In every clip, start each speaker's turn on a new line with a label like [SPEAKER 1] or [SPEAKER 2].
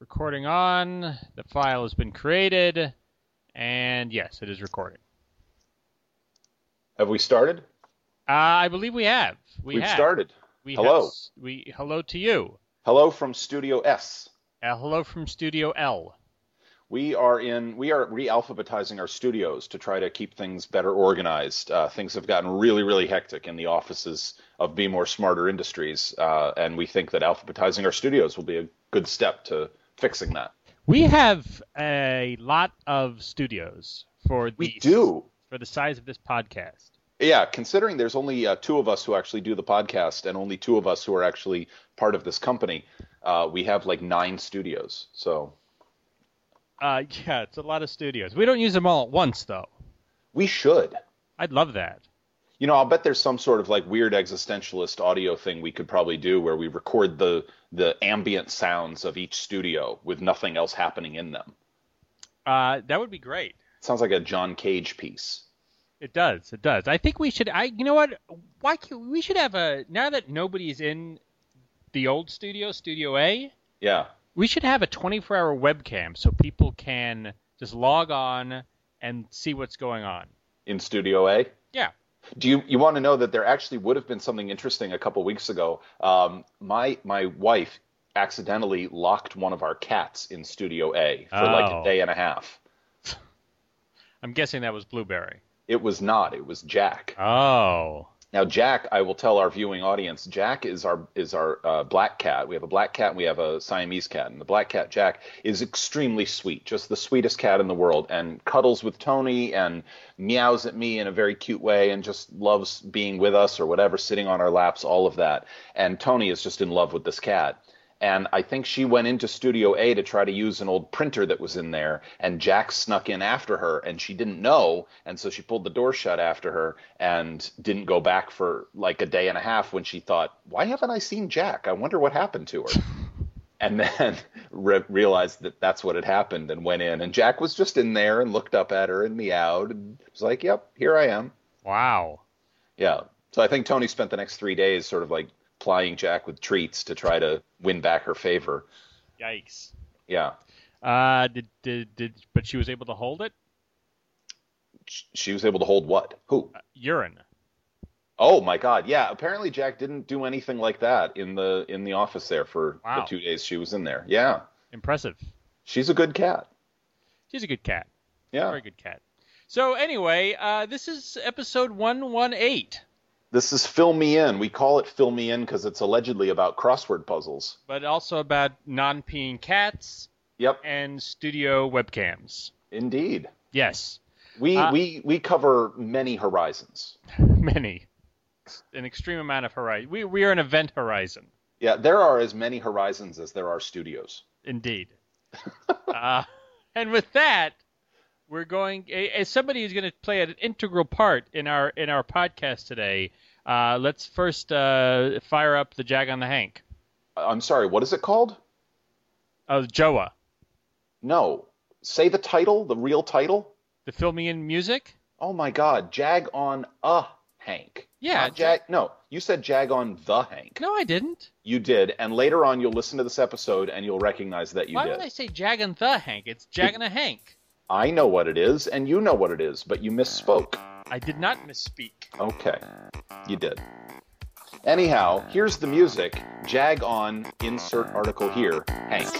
[SPEAKER 1] Recording on. The file has been created. And yes, it is recording.
[SPEAKER 2] Have we started?
[SPEAKER 1] Uh, I believe we have. We
[SPEAKER 2] We've
[SPEAKER 1] have.
[SPEAKER 2] started.
[SPEAKER 1] We
[SPEAKER 2] Hello.
[SPEAKER 1] Have, s- we hello to you.
[SPEAKER 2] Hello from Studio S.
[SPEAKER 1] Uh, hello from Studio L.
[SPEAKER 2] We are in. We are re-alphabetizing our studios to try to keep things better organized. Uh, things have gotten really, really hectic in the offices of Be More Smarter Industries, uh, and we think that alphabetizing our studios will be a good step to fixing that.
[SPEAKER 1] We have a lot of studios for the
[SPEAKER 2] We do.
[SPEAKER 1] for the size of this podcast.
[SPEAKER 2] Yeah, considering there's only uh, two of us who actually do the podcast, and only two of us who are actually part of this company, uh, we have like nine studios. So
[SPEAKER 1] Uh, yeah, it's a lot of studios. We don't use them all at once though.
[SPEAKER 2] we should.
[SPEAKER 1] I'd love that.
[SPEAKER 2] You know, I'll bet there's some sort of like weird existentialist audio thing we could probably do where we record the the ambient sounds of each studio with nothing else happening in them.
[SPEAKER 1] Uh, that would be great.
[SPEAKER 2] sounds like a John Cage piece.
[SPEAKER 1] It does. It does. I think we should. I. You know what? Why can, we should have a now that nobody's in the old studio, Studio A.
[SPEAKER 2] Yeah.
[SPEAKER 1] We should have a 24-hour webcam so people can just log on and see what's going on.
[SPEAKER 2] In Studio A.
[SPEAKER 1] Yeah.
[SPEAKER 2] Do you you want to know that there actually would have been something interesting a couple weeks ago? Um, my my wife accidentally locked one of our cats in Studio A for like
[SPEAKER 1] Oh.
[SPEAKER 2] a day and a half.
[SPEAKER 1] I'm guessing that was Blueberry.
[SPEAKER 2] It was not. It was Jack.
[SPEAKER 1] Oh.
[SPEAKER 2] Now, Jack, I will tell our viewing audience, Jack is our is our uh, black cat. We have a black cat and we have a Siamese cat, and the black cat Jack is extremely sweet, just the sweetest cat in the world, and cuddles with Tony and meows at me in a very cute way, and just loves being with us or whatever, sitting on our laps, all of that. And Tony is just in love with this cat. And I think she went into Studio A to try to use an old printer that was in there, and Jack snuck in after her, and she didn't know, and so she pulled the door shut after her and didn't go back for like a day and a half when she thought, Why haven't I seen Jack? I wonder what happened to her. And then re- realized that that's what had happened and went in, and Jack was just in there and looked up at her and meowed and was like, Yep, here I am.
[SPEAKER 1] Wow.
[SPEAKER 2] Yeah. So I think Tony spent the next three days sort of like plying Jack with treats to try to win back her favor.
[SPEAKER 1] Yikes.
[SPEAKER 2] Yeah.
[SPEAKER 1] Uh, did, did did but she was able to hold it?
[SPEAKER 2] Sh- She was able to hold what? Who?
[SPEAKER 1] Urine.
[SPEAKER 2] Oh my God! Yeah, apparently Jack didn't do anything like that in the in the office there for
[SPEAKER 1] Wow.
[SPEAKER 2] the two days she was in there. Yeah,
[SPEAKER 1] Impressive.
[SPEAKER 2] she's a good cat.
[SPEAKER 1] She's a good cat.
[SPEAKER 2] Yeah,
[SPEAKER 1] Very good cat. So anyway, uh, this is episode 118.
[SPEAKER 2] this is fill me in. We call it fill me in because it's allegedly about crossword puzzles.
[SPEAKER 1] but also about non-peeing cats
[SPEAKER 2] Yep,
[SPEAKER 1] and studio webcams.
[SPEAKER 2] indeed.
[SPEAKER 1] Yes,
[SPEAKER 2] We
[SPEAKER 1] Uh,
[SPEAKER 2] we we cover many horizons.
[SPEAKER 1] many, an extreme amount of horizon. We we are an event horizon,
[SPEAKER 2] Yeah, there are as many horizons as there are studios.
[SPEAKER 1] indeed. uh, and with that, we're going as somebody who's going to play an integral part in our in our podcast today. Uh, let's first uh, fire up the Jag on the Hank.
[SPEAKER 2] I- I'm sorry, what is it called?
[SPEAKER 1] Oh, Joa,
[SPEAKER 2] No, say the title, the real title.
[SPEAKER 1] the fill me in music.
[SPEAKER 2] Oh my God, Jag on a Hank.
[SPEAKER 1] Yeah,
[SPEAKER 2] Not Jag. No, you said Jag on the Hank.
[SPEAKER 1] No, I didn't.
[SPEAKER 2] You did, and later on you'll listen to this episode and you'll recognize that you
[SPEAKER 1] Why
[SPEAKER 2] did.
[SPEAKER 1] would I say Jag and the Hank? It's Jag and a Hank.
[SPEAKER 2] I know what it is, and you know what it is, but you misspoke.
[SPEAKER 1] I did not misspeak.
[SPEAKER 2] Okay, you did. Anyhow, here's the music. Jag on insert article here, Hank.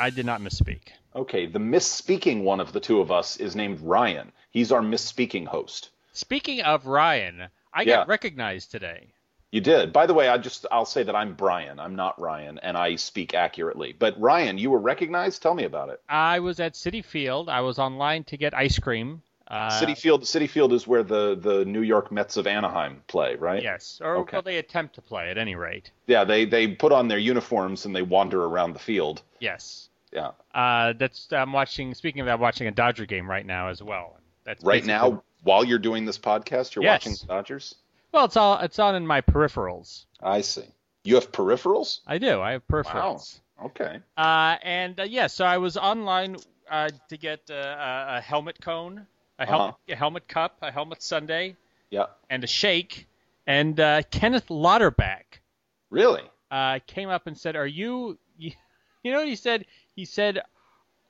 [SPEAKER 1] I did not misspeak.
[SPEAKER 2] Okay, the misspeaking one of the two of us is named Ryan. He's our misspeaking host.
[SPEAKER 1] Speaking of Ryan, I
[SPEAKER 2] Yeah.
[SPEAKER 1] got recognized today.
[SPEAKER 2] You did. By the way, I just I'll say that I'm Brian. I'm not Ryan, and I speak accurately. But Ryan, you were recognized. Tell me about it.
[SPEAKER 1] I was at City Field. I was online to get ice cream. Uh,
[SPEAKER 2] City Field. City Field is where the the New York Mets of Anaheim play, right?
[SPEAKER 1] Yes, or
[SPEAKER 2] Okay.
[SPEAKER 1] well, they attempt to play at any rate.
[SPEAKER 2] Yeah. They they put on their uniforms and they wander around the field.
[SPEAKER 1] Yes,
[SPEAKER 2] Yeah.
[SPEAKER 1] uh, that's I'm watching. Speaking of that, I'm watching a Dodger game right now as well. That's
[SPEAKER 2] Right
[SPEAKER 1] basically-
[SPEAKER 2] now, while you're doing this podcast, you're
[SPEAKER 1] Yes.
[SPEAKER 2] watching the Dodgers.
[SPEAKER 1] Well, it's all it's on in my peripherals.
[SPEAKER 2] I see. You have peripherals.
[SPEAKER 1] I do. I have peripherals.
[SPEAKER 2] Okay.
[SPEAKER 1] Uh, and uh, yes, so I was online uh, to get uh, a, a helmet cone a, hel-
[SPEAKER 2] Uh-huh.
[SPEAKER 1] a helmet cup, a helmet Sunday,
[SPEAKER 2] Yeah.
[SPEAKER 1] and a shake. And uh, Kenneth Lauterbach
[SPEAKER 2] Really?
[SPEAKER 1] uh, came up and said, "Are you? You know what he said? He said."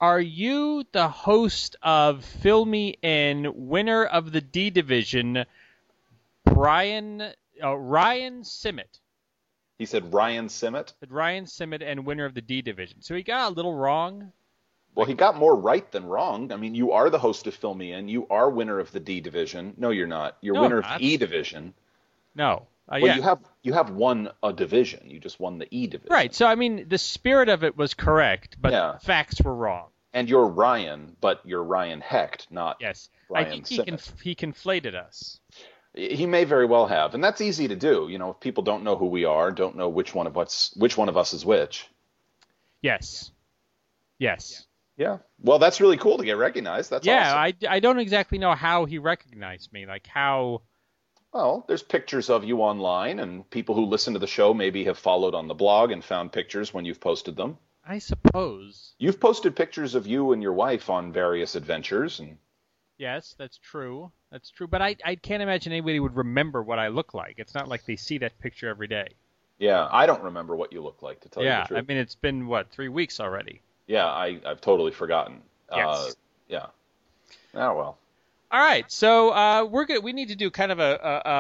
[SPEAKER 1] Are you the host of Fill Me In, winner of the D Division, Brian uh, Ryan Simmet?
[SPEAKER 2] He said Ryan Simmet.
[SPEAKER 1] Said Ryan Simmet and winner of the D Division. So he got a little wrong.
[SPEAKER 2] Well, he got more right than wrong. I mean, you are the host of Fill Me In. You are winner of the D division. No, you're not. You're
[SPEAKER 1] No,
[SPEAKER 2] winner
[SPEAKER 1] I'm
[SPEAKER 2] of
[SPEAKER 1] not.
[SPEAKER 2] the E division.
[SPEAKER 1] No, uh,
[SPEAKER 2] Well,
[SPEAKER 1] yeah,
[SPEAKER 2] you have you have won a division. You just won the E division.
[SPEAKER 1] right. So I mean, the spirit of it was correct, but
[SPEAKER 2] Yeah.
[SPEAKER 1] facts were wrong.
[SPEAKER 2] And you're Ryan, but you're Ryan Hecht, not.
[SPEAKER 1] Yes, I
[SPEAKER 2] Ryan
[SPEAKER 1] think he, conf- he conflated us.
[SPEAKER 2] He may very well have, and that's easy to do. You know, if people don't know who we are, don't know which one of us which one of us is which.
[SPEAKER 1] Yes, yes,
[SPEAKER 2] Yeah. Well, that's really cool to get recognized. That's
[SPEAKER 1] yeah.
[SPEAKER 2] awesome.
[SPEAKER 1] I, I don't exactly know how he recognized me, like how.
[SPEAKER 2] Well, there's pictures of you online, and people who listen to the show maybe have followed on the blog and found pictures when you've posted them.
[SPEAKER 1] I suppose.
[SPEAKER 2] You've posted pictures of you and your wife on various adventures, and
[SPEAKER 1] Yes, that's true. That's true. But I, I can't imagine anybody would remember what I look like. It's not like they see that picture every day.
[SPEAKER 2] yeah, I don't remember what you look like to tell
[SPEAKER 1] yeah,
[SPEAKER 2] you the
[SPEAKER 1] I
[SPEAKER 2] truth.
[SPEAKER 1] mean, it's been, what, three weeks already?
[SPEAKER 2] yeah, I, I've totally forgotten. Uh,
[SPEAKER 1] Yes.
[SPEAKER 2] yeah. Oh well.
[SPEAKER 1] All right, so uh, we're good. We need to do kind of a, a, a,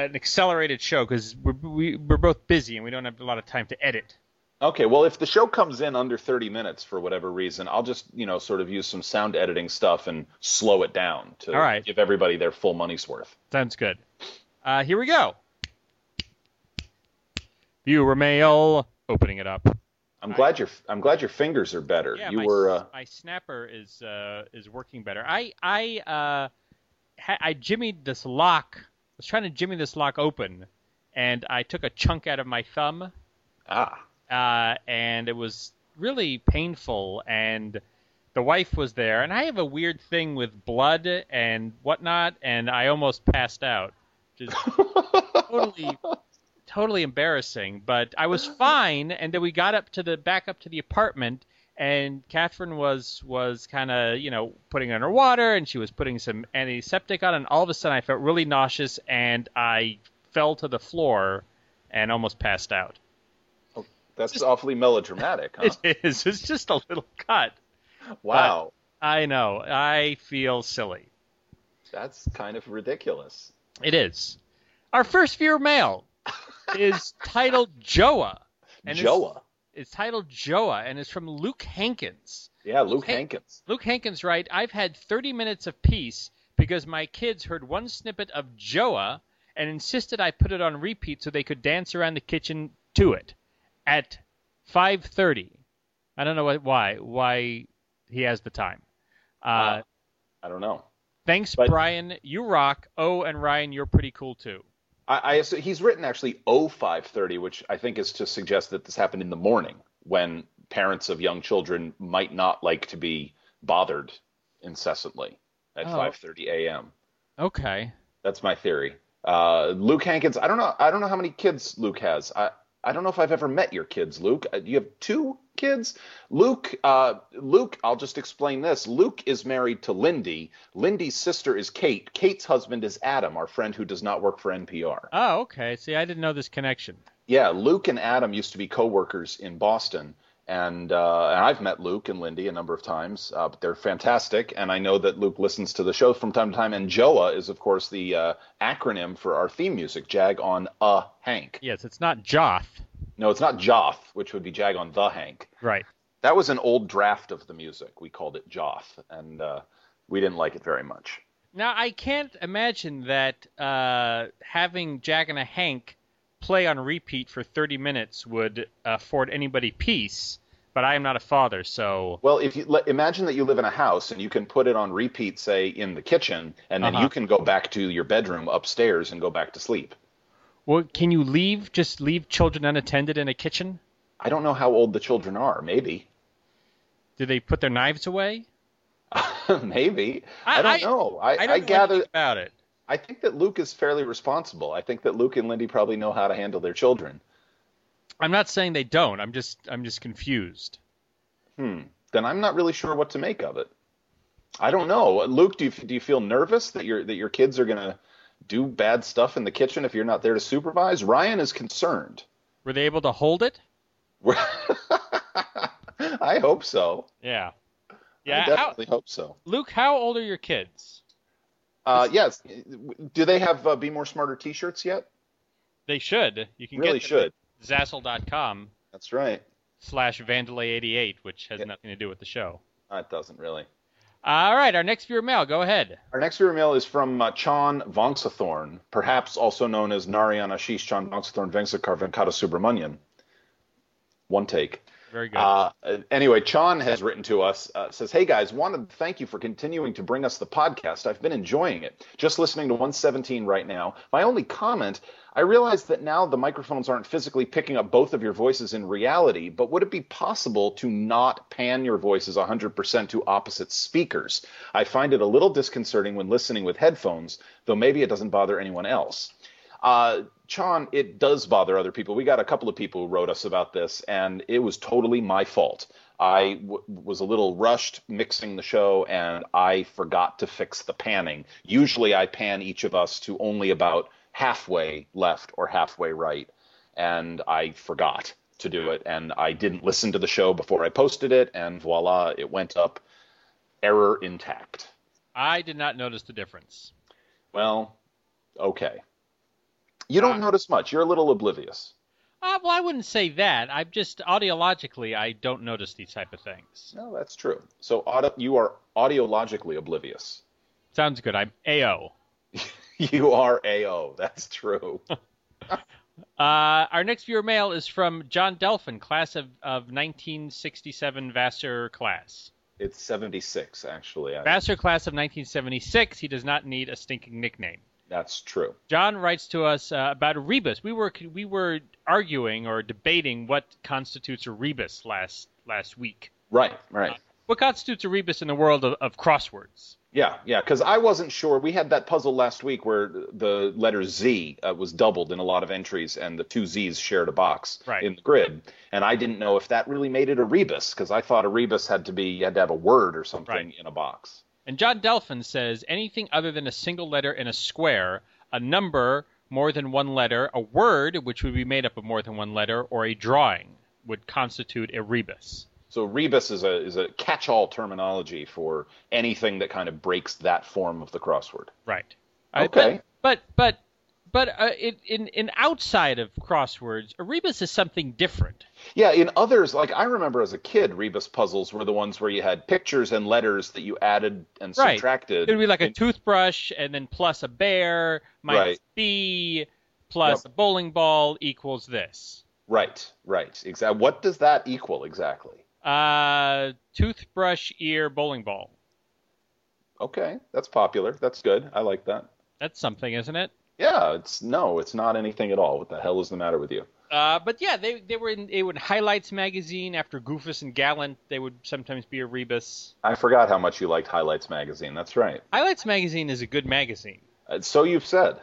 [SPEAKER 1] a an accelerated show because we're, we, we're both busy and we don't have a lot of time to edit.
[SPEAKER 2] Okay, well, if the show comes in under 30 minutes for whatever reason, I'll just, you know, sort of use some sound editing stuff and slow it down to
[SPEAKER 1] All right.
[SPEAKER 2] give everybody their full money's worth.
[SPEAKER 1] Sounds good. Uh, here we go. Viewer mail. Opening it up.
[SPEAKER 2] I'm glad your I'm glad your fingers are better.
[SPEAKER 1] Yeah,
[SPEAKER 2] you
[SPEAKER 1] my,
[SPEAKER 2] were uh,
[SPEAKER 1] my snapper is uh, is working better. I I uh, ha- I jimmied this lock. I was trying to jimmy this lock open, and I took a chunk out of my thumb.
[SPEAKER 2] ah.
[SPEAKER 1] uh, and it was really painful. And the wife was there, and I have a weird thing with blood and whatnot, and I almost passed out, which is totally, totally embarrassing. But I was fine, and then we got up to the back up to the apartment. And Catherine was was kind of you know putting on her water, and she was putting some antiseptic on, and all of a sudden I felt really nauseous, and I fell to the floor, and almost passed out.
[SPEAKER 2] That's awfully melodramatic, huh?
[SPEAKER 1] It is. It's just a little cut.
[SPEAKER 2] Wow.
[SPEAKER 1] I know. I feel silly.
[SPEAKER 2] That's kind of ridiculous.
[SPEAKER 1] It is. Our first viewer mail is titled Joa. And it's-
[SPEAKER 2] Joa.
[SPEAKER 1] It's, titled Joa and is from Luke Hankins.
[SPEAKER 2] Yeah, Luke
[SPEAKER 1] Hey.
[SPEAKER 2] Hankins.
[SPEAKER 1] Luke Hankins writes, I've had 30 minutes of peace because my kids heard one snippet of Joa and insisted I put it on repeat so they could dance around the kitchen to it at 5.30. I don't know what, why, why he has the time. Uh,
[SPEAKER 2] Wow. I don't know.
[SPEAKER 1] Thanks,
[SPEAKER 2] But-
[SPEAKER 1] Brian. You rock. Oh, and Ryan, you're pretty cool too.
[SPEAKER 2] I, I assu- he's written actually 0530, which I think is to suggest that this happened in the morning when parents of young children might not like to be bothered incessantly at
[SPEAKER 1] Oh.
[SPEAKER 2] 5:30 a.m.
[SPEAKER 1] Okay.
[SPEAKER 2] That's my theory. Uh, Luke Hankins, I don't know. I don't know how many kids Luke has. I I don't know if I've ever met your kids, Luke. Uh, You have two kids, Luke. Uh, Luke, I'll just explain this. Luke is married to Lindy. Lindy's sister is Kate. Kate's husband is Adam, our friend who does not work for NPR.
[SPEAKER 1] Oh, okay. See, I didn't know this connection.
[SPEAKER 2] Yeah, Luke and Adam used to be coworkers in Boston, and uh, and I've met Luke and Lindy a number of times. Uh, but they're fantastic, and I know that Luke listens to the show from time to time. And JOA is, of course, the uh, acronym for our theme music, Jag on a Hank.
[SPEAKER 1] Yes, it's not Joth.
[SPEAKER 2] No, it's not Joth, which would be Jag on the Hank.
[SPEAKER 1] Right.
[SPEAKER 2] That was an old draft of the music. We called it Joth, and uh, we didn't like it very much.
[SPEAKER 1] Now, I can't imagine that uh, having Jack and a Hank play on repeat for 30 minutes would afford anybody peace, but I am not a father, so.
[SPEAKER 2] Well, if you let, imagine that you live in a house and you can put it on repeat, say in the kitchen, and then
[SPEAKER 1] Uh-huh.
[SPEAKER 2] you can go back to your bedroom upstairs and go back to sleep.
[SPEAKER 1] Well, can you leave, just leave children unattended in a kitchen?
[SPEAKER 2] I don't know how old the children are. Maybe,
[SPEAKER 1] Do they put their knives away?
[SPEAKER 2] maybe.
[SPEAKER 1] I-
[SPEAKER 2] I,
[SPEAKER 1] I-
[SPEAKER 2] don't know. I, I,
[SPEAKER 1] don't know anything
[SPEAKER 2] gather.
[SPEAKER 1] about it.
[SPEAKER 2] I think that Luke is fairly responsible. I think that Luke and Lindy probably know how to handle their children.
[SPEAKER 1] I'm not saying they don't. I'm just I'm just confused.
[SPEAKER 2] Then I'm not really sure what to make of it. I don't know, Luke. Do you do you feel nervous that your that your kids are gonna do bad stuff in the kitchen if you're not there to supervise? Ryan is concerned.
[SPEAKER 1] Were they able to hold it?
[SPEAKER 2] I hope so.
[SPEAKER 1] Yeah.
[SPEAKER 2] I
[SPEAKER 1] Yeah. How,
[SPEAKER 2] definitely hope so.
[SPEAKER 1] Luke, how old are your kids?
[SPEAKER 2] Uh, yes. Do they have uh, Be More Smarter T-shirts yet?
[SPEAKER 1] They should. You can
[SPEAKER 2] Really
[SPEAKER 1] get them
[SPEAKER 2] should.
[SPEAKER 1] at Zazzle.com
[SPEAKER 2] That's right.
[SPEAKER 1] slash Vandalay88, which has
[SPEAKER 2] Yeah.
[SPEAKER 1] nothing to do with the show.
[SPEAKER 2] Uh, it doesn't really.
[SPEAKER 1] All right, our next viewer mail. Go ahead.
[SPEAKER 2] Our next viewer mail is from uh, Chan Vongsathorn, perhaps also known as Narayan Ashish Chan Vongsathorn Venksatkar Venkata Subramanian. One take.
[SPEAKER 1] Very good.
[SPEAKER 2] Uh, anyway, Chan has written to us, uh, says, Hey guys, wanted to thank you for continuing to bring us the podcast. I've been enjoying it. Just listening to 117 right now. My only comment I realize that now the microphones aren't physically picking up both of your voices in reality, but would it be possible to not pan your voices 100% to opposite speakers? I find it a little disconcerting when listening with headphones, though maybe it doesn't bother anyone else. Uh, Chan, it does bother other people. We got a couple of people who wrote us about this, and it was totally my fault. I w- was a little rushed mixing the show, and I forgot to fix the panning. Usually, I pan each of us to only about halfway left or halfway right, and I forgot to do it, and I didn't listen to the show before I posted it, and voila, it went up error intact.
[SPEAKER 1] I did not notice the difference.
[SPEAKER 2] Well, okay. You don't notice much. You're a little oblivious.
[SPEAKER 1] Uh, well, I wouldn't say that. I'm just audiologically, I don't notice these type of things.
[SPEAKER 2] No, that's true. So audio, you are audiologically oblivious.
[SPEAKER 1] Sounds good. I'm AO.
[SPEAKER 2] You are AO. That's true.
[SPEAKER 1] Uh, our next viewer mail is from John Delphin, class of, of 1967 Vassar class.
[SPEAKER 2] It's 76, actually. I-
[SPEAKER 1] Vassar class of 1976. He does not need a stinking nickname.
[SPEAKER 2] That's true.
[SPEAKER 1] John writes to us uh, about a rebus. We were we were arguing or debating what constitutes a rebus last last week.
[SPEAKER 2] Right, right.
[SPEAKER 1] What constitutes a rebus in the world of, of crosswords?
[SPEAKER 2] Yeah, yeah, because I wasn't sure. We had that puzzle last week where the letter Z uh, was doubled in a lot of entries, and the two Z's shared a box
[SPEAKER 1] Right.
[SPEAKER 2] in the grid. And I didn't know if that really made it a rebus, because I thought a rebus had to be you had to have a word or something
[SPEAKER 1] Right.
[SPEAKER 2] in a box.
[SPEAKER 1] And John Delphin says anything other than a single letter in a square, a number more than one letter, a word which would be made up of more than one letter, or a drawing would constitute a rebus.
[SPEAKER 2] So rebus is a is a catch-all terminology for anything that kind of breaks that form of the crossword.
[SPEAKER 1] Right. I-
[SPEAKER 2] Okay.
[SPEAKER 1] but but but, but uh, in, in in outside of crosswords, a rebus is something different.
[SPEAKER 2] Yeah, in others, like I remember as a kid, rebus puzzles were the ones where you had pictures and letters that you added and
[SPEAKER 1] Right.
[SPEAKER 2] subtracted.
[SPEAKER 1] It would be like a toothbrush and then plus a bear minus
[SPEAKER 2] Right.
[SPEAKER 1] B plus
[SPEAKER 2] Yep.
[SPEAKER 1] a bowling ball equals this.
[SPEAKER 2] right, right, exactly. What does that equal exactly?
[SPEAKER 1] Uh, toothbrush ear bowling ball.
[SPEAKER 2] Okay, that's popular. That's good. I like that.
[SPEAKER 1] That's something, isn't it?
[SPEAKER 2] Yeah, it's no, it's not anything at all. What the hell is the matter with you?
[SPEAKER 1] Uh, but yeah, they they were in they were in Highlights magazine after Goofus and Gallant. They would sometimes be a rebus.
[SPEAKER 2] I forgot how much you liked Highlights magazine. That's right.
[SPEAKER 1] Highlights magazine is a good magazine.
[SPEAKER 2] Uh, So you've said.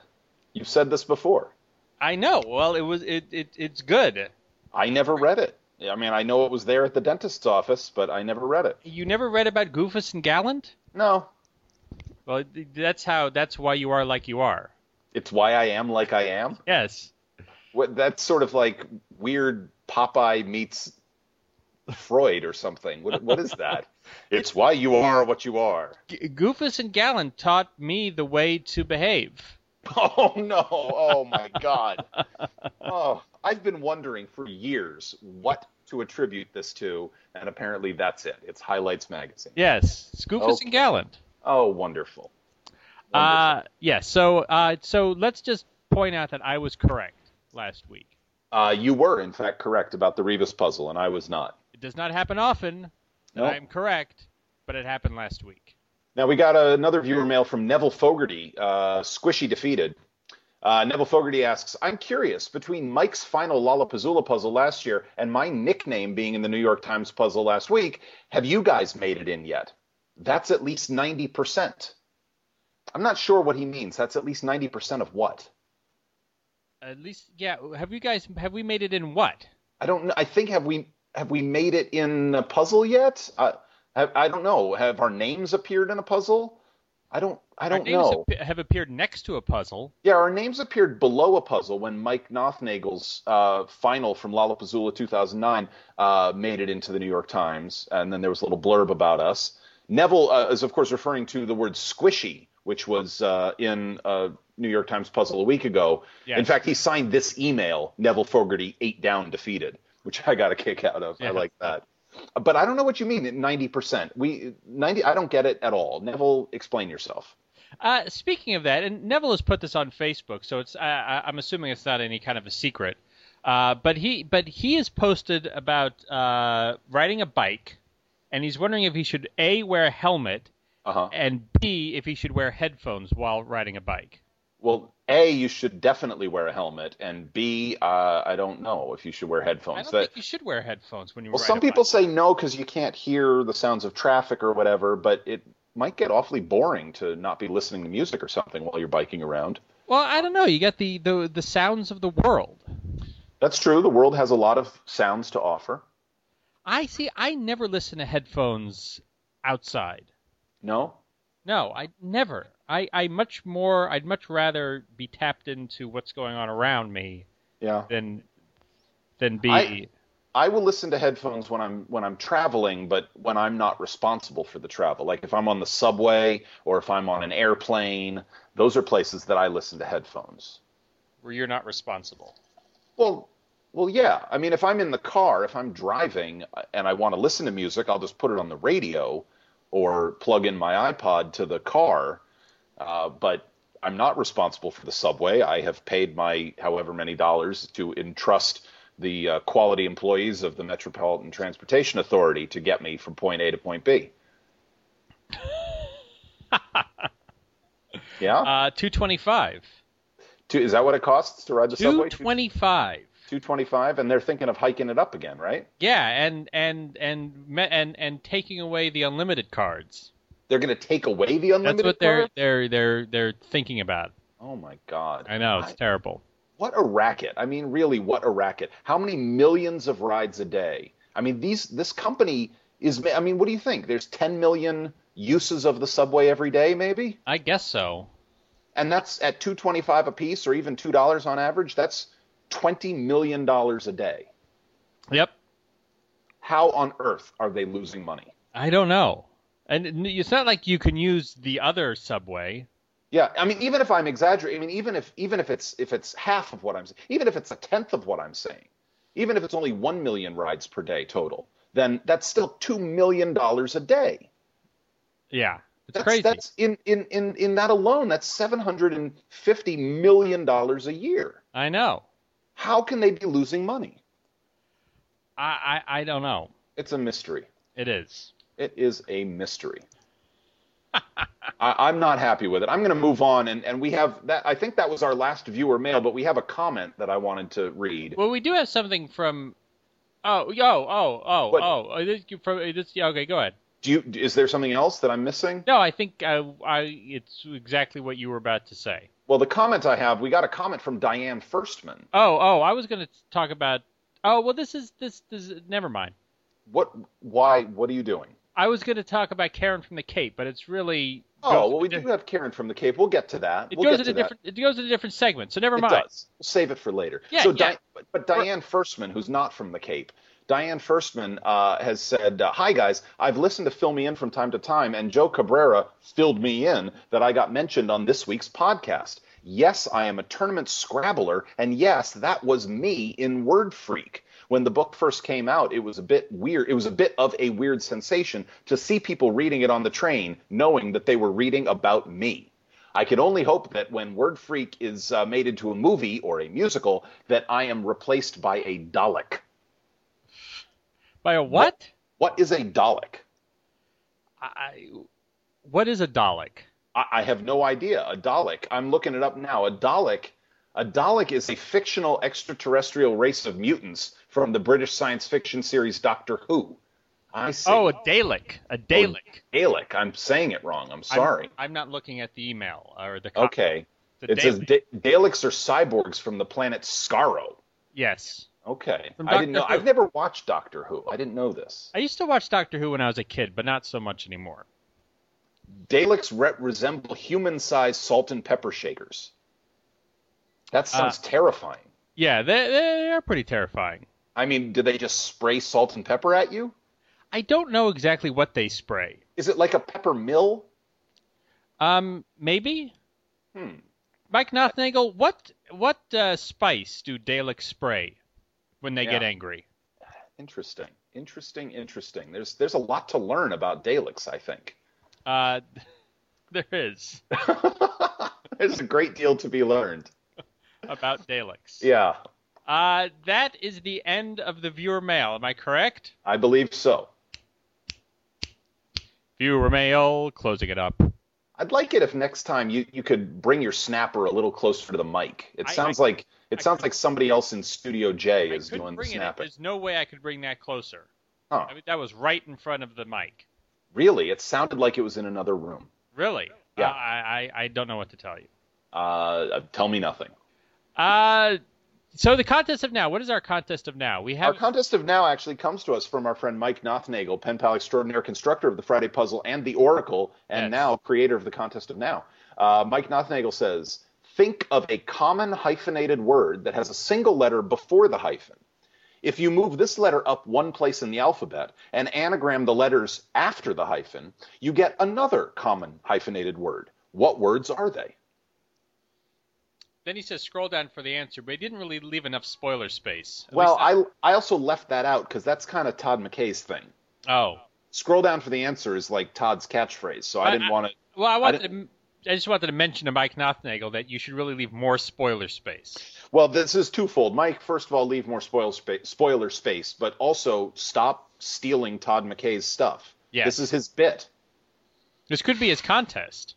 [SPEAKER 2] You've said this before.
[SPEAKER 1] I know. Well, it was it, it it's good.
[SPEAKER 2] I never read it. I mean, I know it was there at the dentist's office, but I never read it.
[SPEAKER 1] You never read about Goofus and Gallant?
[SPEAKER 2] No,
[SPEAKER 1] Well, th- that's how that's why you are like you are.
[SPEAKER 2] it's why I am like I am.
[SPEAKER 1] Yes.
[SPEAKER 2] What that's sort of like weird Popeye meets Freud or something. What what is that? it's why you are what you are.
[SPEAKER 1] G- Goofus and Gallant taught me the way to behave.
[SPEAKER 2] Oh no. Oh my god. Oh, I've been wondering for years what to attribute this to, and apparently that's it. It's Highlights magazine.
[SPEAKER 1] Yes, it's Goofus
[SPEAKER 2] Okay.
[SPEAKER 1] and Gallant.
[SPEAKER 2] Oh, wonderful. Wonderful.
[SPEAKER 1] Uh, yeah. So, uh, so let's just point out that I was correct last week.
[SPEAKER 2] Uh, you were in fact correct about the Rebus puzzle, and I was not.
[SPEAKER 1] It does not happen often that
[SPEAKER 2] No.
[SPEAKER 1] I'm correct, but it happened last week.
[SPEAKER 2] Now we got uh, another viewer mail from Neville Fogarty, uh, squishy defeated. Uh, Neville Fogarty asks, "I'm curious between Mike's final Lollapuzzoola puzzle last year and my nickname being in the New York Times puzzle last week, have you guys made it in yet? That's at least ninety percent. I'm not sure what he means. That's at least ninety percent of what?
[SPEAKER 1] At least, yeah. Have you guys? Have we made it in what?
[SPEAKER 2] I don't. kn- I think have we have we made it in a puzzle yet? Uh, Have, I don't know. Have our names appeared in a puzzle? I don't. I don't
[SPEAKER 1] Our names
[SPEAKER 2] know.
[SPEAKER 1] ap- have appeared next to a puzzle.
[SPEAKER 2] yeah, our names appeared below a puzzle when Mike Nothnagle's uh, final from Lollapuzzoola 2009 uh, made it into the New York Times, and then there was a little blurb about us. Neville uh, is, of course, referring to the word squishy, which was uh, in a New York Times puzzle a week ago.
[SPEAKER 1] Yes.
[SPEAKER 2] In fact, he signed this email, Neville Fogarty, eight down, defeated, which I got a kick out of.
[SPEAKER 1] Yeah.
[SPEAKER 2] I like that. But I don't know what you mean. Ninety percent. We ninety. I don't get it at all. Neville, explain yourself.
[SPEAKER 1] Uh, speaking of that, and Neville has put this on Facebook, so it's I, I, I'm assuming it's not any kind of a secret. Uh, but he but he has posted about uh, riding a bike, and he's wondering if he should a wear a helmet
[SPEAKER 2] Uh huh.
[SPEAKER 1] and b if he should wear headphones while riding a bike.
[SPEAKER 2] Well, A, you should definitely wear a helmet, and B, uh, I don't know if you should wear
[SPEAKER 1] I
[SPEAKER 2] headphones.
[SPEAKER 1] don't
[SPEAKER 2] That-
[SPEAKER 1] think you should wear headphones when you
[SPEAKER 2] well,
[SPEAKER 1] ride
[SPEAKER 2] some
[SPEAKER 1] a bike.
[SPEAKER 2] people say no because you can't hear the sounds of traffic or whatever, but it might get awfully boring to not be listening to music or something while you're biking around.
[SPEAKER 1] Well, I don't know. You got the the, the sounds of the world.
[SPEAKER 2] That's true. The world has a lot of sounds to offer.
[SPEAKER 1] I see. I never listen to headphones outside.
[SPEAKER 2] No,
[SPEAKER 1] No, I never. I, I much more. I'd much rather be tapped into what's going on around me
[SPEAKER 2] yeah.
[SPEAKER 1] than than be.
[SPEAKER 2] I- I will listen to headphones when I'm when I'm traveling, but when I'm not responsible for the travel, like if I'm on the subway or if I'm on an airplane, those are places that I listen to headphones.
[SPEAKER 1] where you're not responsible.
[SPEAKER 2] Well, well, yeah. I mean, if I'm in the car, if I'm driving uh, and I want to listen to music, I'll just put it on the radio or plug in my iPod to the car. Uh, but I'm not responsible for the subway. I have paid my however many dollars to entrust the uh, quality employees of the Metropolitan Transportation Authority to get me from point A to point B. yeah.
[SPEAKER 1] Uh, two twenty five.
[SPEAKER 2] Two, is that what it costs to ride the
[SPEAKER 1] Two
[SPEAKER 2] subway?
[SPEAKER 1] twenty five.
[SPEAKER 2] 225 and they're thinking of hiking it up again, right?
[SPEAKER 1] Yeah, and and and me- and and taking away the unlimited cards.
[SPEAKER 2] They're going to take away the
[SPEAKER 1] That's
[SPEAKER 2] unlimited
[SPEAKER 1] what they're
[SPEAKER 2] card?
[SPEAKER 1] they're they're they're thinking about.
[SPEAKER 2] Oh my god.
[SPEAKER 1] I know it's
[SPEAKER 2] I-
[SPEAKER 1] terrible.
[SPEAKER 2] what a racket. I mean really what a racket. How many millions of rides a day? I mean these this company is ma- I mean what do you think? There's 10 million uses of the subway every day maybe?
[SPEAKER 1] I guess so.
[SPEAKER 2] And that's at 225 a piece or even $2 on average. That's 20 million dollars a day.
[SPEAKER 1] Yep.
[SPEAKER 2] How on earth are they losing money?
[SPEAKER 1] I don't know. And n- it's not like you can use the other subway.
[SPEAKER 2] Yeah, I mean, even if I'm exaggerating, I mean, even if even if it's if it's half of what I'm saying, even if it's a tenth of what I'm saying, even if it's only one million rides per day total, then that's still two million dollars a day.
[SPEAKER 1] Yeah, it's
[SPEAKER 2] That's,
[SPEAKER 1] crazy.
[SPEAKER 2] That's in in in in that alone, that's seven hundred and fifty million dollars a year.
[SPEAKER 1] I know.
[SPEAKER 2] How can they be losing money?
[SPEAKER 1] I, I, I don't know.
[SPEAKER 2] It's a mystery.
[SPEAKER 1] It is.
[SPEAKER 2] It is a mystery. I, I'm not happy with it. I'm going to move on, and, and we have that. I think that was our last viewer mail, but we have a comment that I wanted to read.
[SPEAKER 1] Well, we do have something from. Oh, yo, oh, oh,
[SPEAKER 2] What?
[SPEAKER 1] oh. uh, This, from, uh, this, yeah, okay, go ahead.
[SPEAKER 2] Do you? Is there something else that I'm missing?
[SPEAKER 1] No, I think uh, I, it's exactly what you were about to say.
[SPEAKER 2] Well, the comment I have, we got a comment from Diane Firstman.
[SPEAKER 1] Oh, oh, I was going to talk about. Oh, well, this is this. This never mind.
[SPEAKER 2] What? Why? What are you doing?
[SPEAKER 1] I was going to talk about Karen from the Cape, but it's really.
[SPEAKER 2] Oh,
[SPEAKER 1] goes
[SPEAKER 2] well, we
[SPEAKER 1] in a
[SPEAKER 2] do
[SPEAKER 1] di-
[SPEAKER 2] have Karen from the Cape. We'll get to that.
[SPEAKER 1] It
[SPEAKER 2] we'll
[SPEAKER 1] goes
[SPEAKER 2] get
[SPEAKER 1] in
[SPEAKER 2] to
[SPEAKER 1] a different. It goes in a different segment. So never
[SPEAKER 2] That.
[SPEAKER 1] mind.
[SPEAKER 2] It does. We'll save it for later.
[SPEAKER 1] Yeah,
[SPEAKER 2] so,
[SPEAKER 1] yeah.
[SPEAKER 2] Di- but, but Diane Firstman, who's not from the Cape, Diane Firstman uh, has said, uh, "Hi guys, I've listened to Fill Me In from time to time, and Joe Cabrera filled me in that I got mentioned on this week's podcast. Yes, I am a tournament scrabbler, and yes, that was me in Word Freak." when the book first came out, it was a bit weird. It was a bit of a weird sensation to see people reading it on the train, knowing that they were reading about me. I can only hope that when Word Freak is uh, made into a movie or a musical, that I am replaced by a Dalek.
[SPEAKER 1] By a what?
[SPEAKER 2] What is a Dalek?
[SPEAKER 1] I, what is a Dalek?
[SPEAKER 2] I, I have no idea. A Dalek. I'm looking it up now. A Dalek. A Dalek is a fictional extraterrestrial race of mutants from the British science fiction series Doctor Who. I see.
[SPEAKER 1] Oh, a Dalek. A Dalek.
[SPEAKER 2] Dalek. I'm saying it wrong. I'm sorry.
[SPEAKER 1] I'm, I'm not looking at the email or the.
[SPEAKER 2] okay.
[SPEAKER 1] The
[SPEAKER 2] It says
[SPEAKER 1] Dalek.
[SPEAKER 2] da- Daleks are cyborgs from the planet Skaro.
[SPEAKER 1] yes.
[SPEAKER 2] Okay.
[SPEAKER 1] From
[SPEAKER 2] I didn't know.
[SPEAKER 1] Doctor Who.
[SPEAKER 2] I've never watched Doctor Who. I didn't know this.
[SPEAKER 1] I used to watch Doctor Who when I was a kid, but not so much anymore.
[SPEAKER 2] Daleks re- resemble human-sized salt and pepper shakers. That
[SPEAKER 1] Ah.
[SPEAKER 2] sounds terrifying.
[SPEAKER 1] Yeah, they they are pretty terrifying.
[SPEAKER 2] I mean, do they just spray salt and pepper at you?
[SPEAKER 1] I don't know exactly what they spray.
[SPEAKER 2] Is it like a pepper mill?
[SPEAKER 1] Um, maybe.
[SPEAKER 2] Hmm.
[SPEAKER 1] Mike Nothnagel, what what uh, spice do Daleks spray when they get
[SPEAKER 2] Yeah.
[SPEAKER 1] angry?
[SPEAKER 2] Interesting. Interesting. Interesting. There's there's a lot to learn about Daleks. I think
[SPEAKER 1] Uh, there is
[SPEAKER 2] there's a great deal to be learned.
[SPEAKER 1] about Daleks.
[SPEAKER 2] Yeah,
[SPEAKER 1] Uh, that is the end of the viewer mail. Am I correct?
[SPEAKER 2] I believe so.
[SPEAKER 1] Viewer mail, closing it up.
[SPEAKER 2] I'd like it if next time you, you could bring your snapper a little closer to the mic. It
[SPEAKER 1] I-
[SPEAKER 2] sounds
[SPEAKER 1] I-
[SPEAKER 2] like it
[SPEAKER 1] I
[SPEAKER 2] sounds
[SPEAKER 1] could-
[SPEAKER 2] like somebody else in Studio J
[SPEAKER 1] I
[SPEAKER 2] is
[SPEAKER 1] couldn't
[SPEAKER 2] doing the
[SPEAKER 1] bring it.
[SPEAKER 2] snapping.
[SPEAKER 1] There's no way I could bring that closer.
[SPEAKER 2] Huh.
[SPEAKER 1] I mean, that was right in front of the mic.
[SPEAKER 2] Really, it sounded like it was in another room.
[SPEAKER 1] Really?
[SPEAKER 2] Yeah.
[SPEAKER 1] Uh, I, I I don't know what to tell you.
[SPEAKER 2] Uh, tell me nothing.
[SPEAKER 1] Uh, so the contest of now. What is our contest of now? We
[SPEAKER 2] Our
[SPEAKER 1] have
[SPEAKER 2] contest of now actually comes to us from our friend Mike Nothnagel, pen pal extraordinaire, constructor of the Friday Puzzle and the Oracle, and
[SPEAKER 1] Yes.
[SPEAKER 2] now creator of the contest of now. Uh, Mike Nothnagel says, "Think of a common hyphenated word that has a single letter before the hyphen. If you move this letter up one place in the alphabet and anagram the letters after the hyphen, you get another common hyphenated word. What words are they?"
[SPEAKER 1] Then he says scroll down for the answer, but he didn't really leave enough spoiler space. At
[SPEAKER 2] well,
[SPEAKER 1] least
[SPEAKER 2] I I also left that out because that's kind of Todd McKay's thing.
[SPEAKER 1] oh
[SPEAKER 2] scroll down for the answer is like Todd's catchphrase, so I
[SPEAKER 1] I-
[SPEAKER 2] didn't want to.
[SPEAKER 1] well, I wanted
[SPEAKER 2] I
[SPEAKER 1] to. I just wanted to mention to Mike Nothnagel that you should really leave more spoiler space.
[SPEAKER 2] Well, this is twofold, Mike. First of all, leave more spoil spa- spoiler space, but also stop stealing Todd McKay's stuff.
[SPEAKER 1] Yes.
[SPEAKER 2] this is his bit.
[SPEAKER 1] This could be his contest.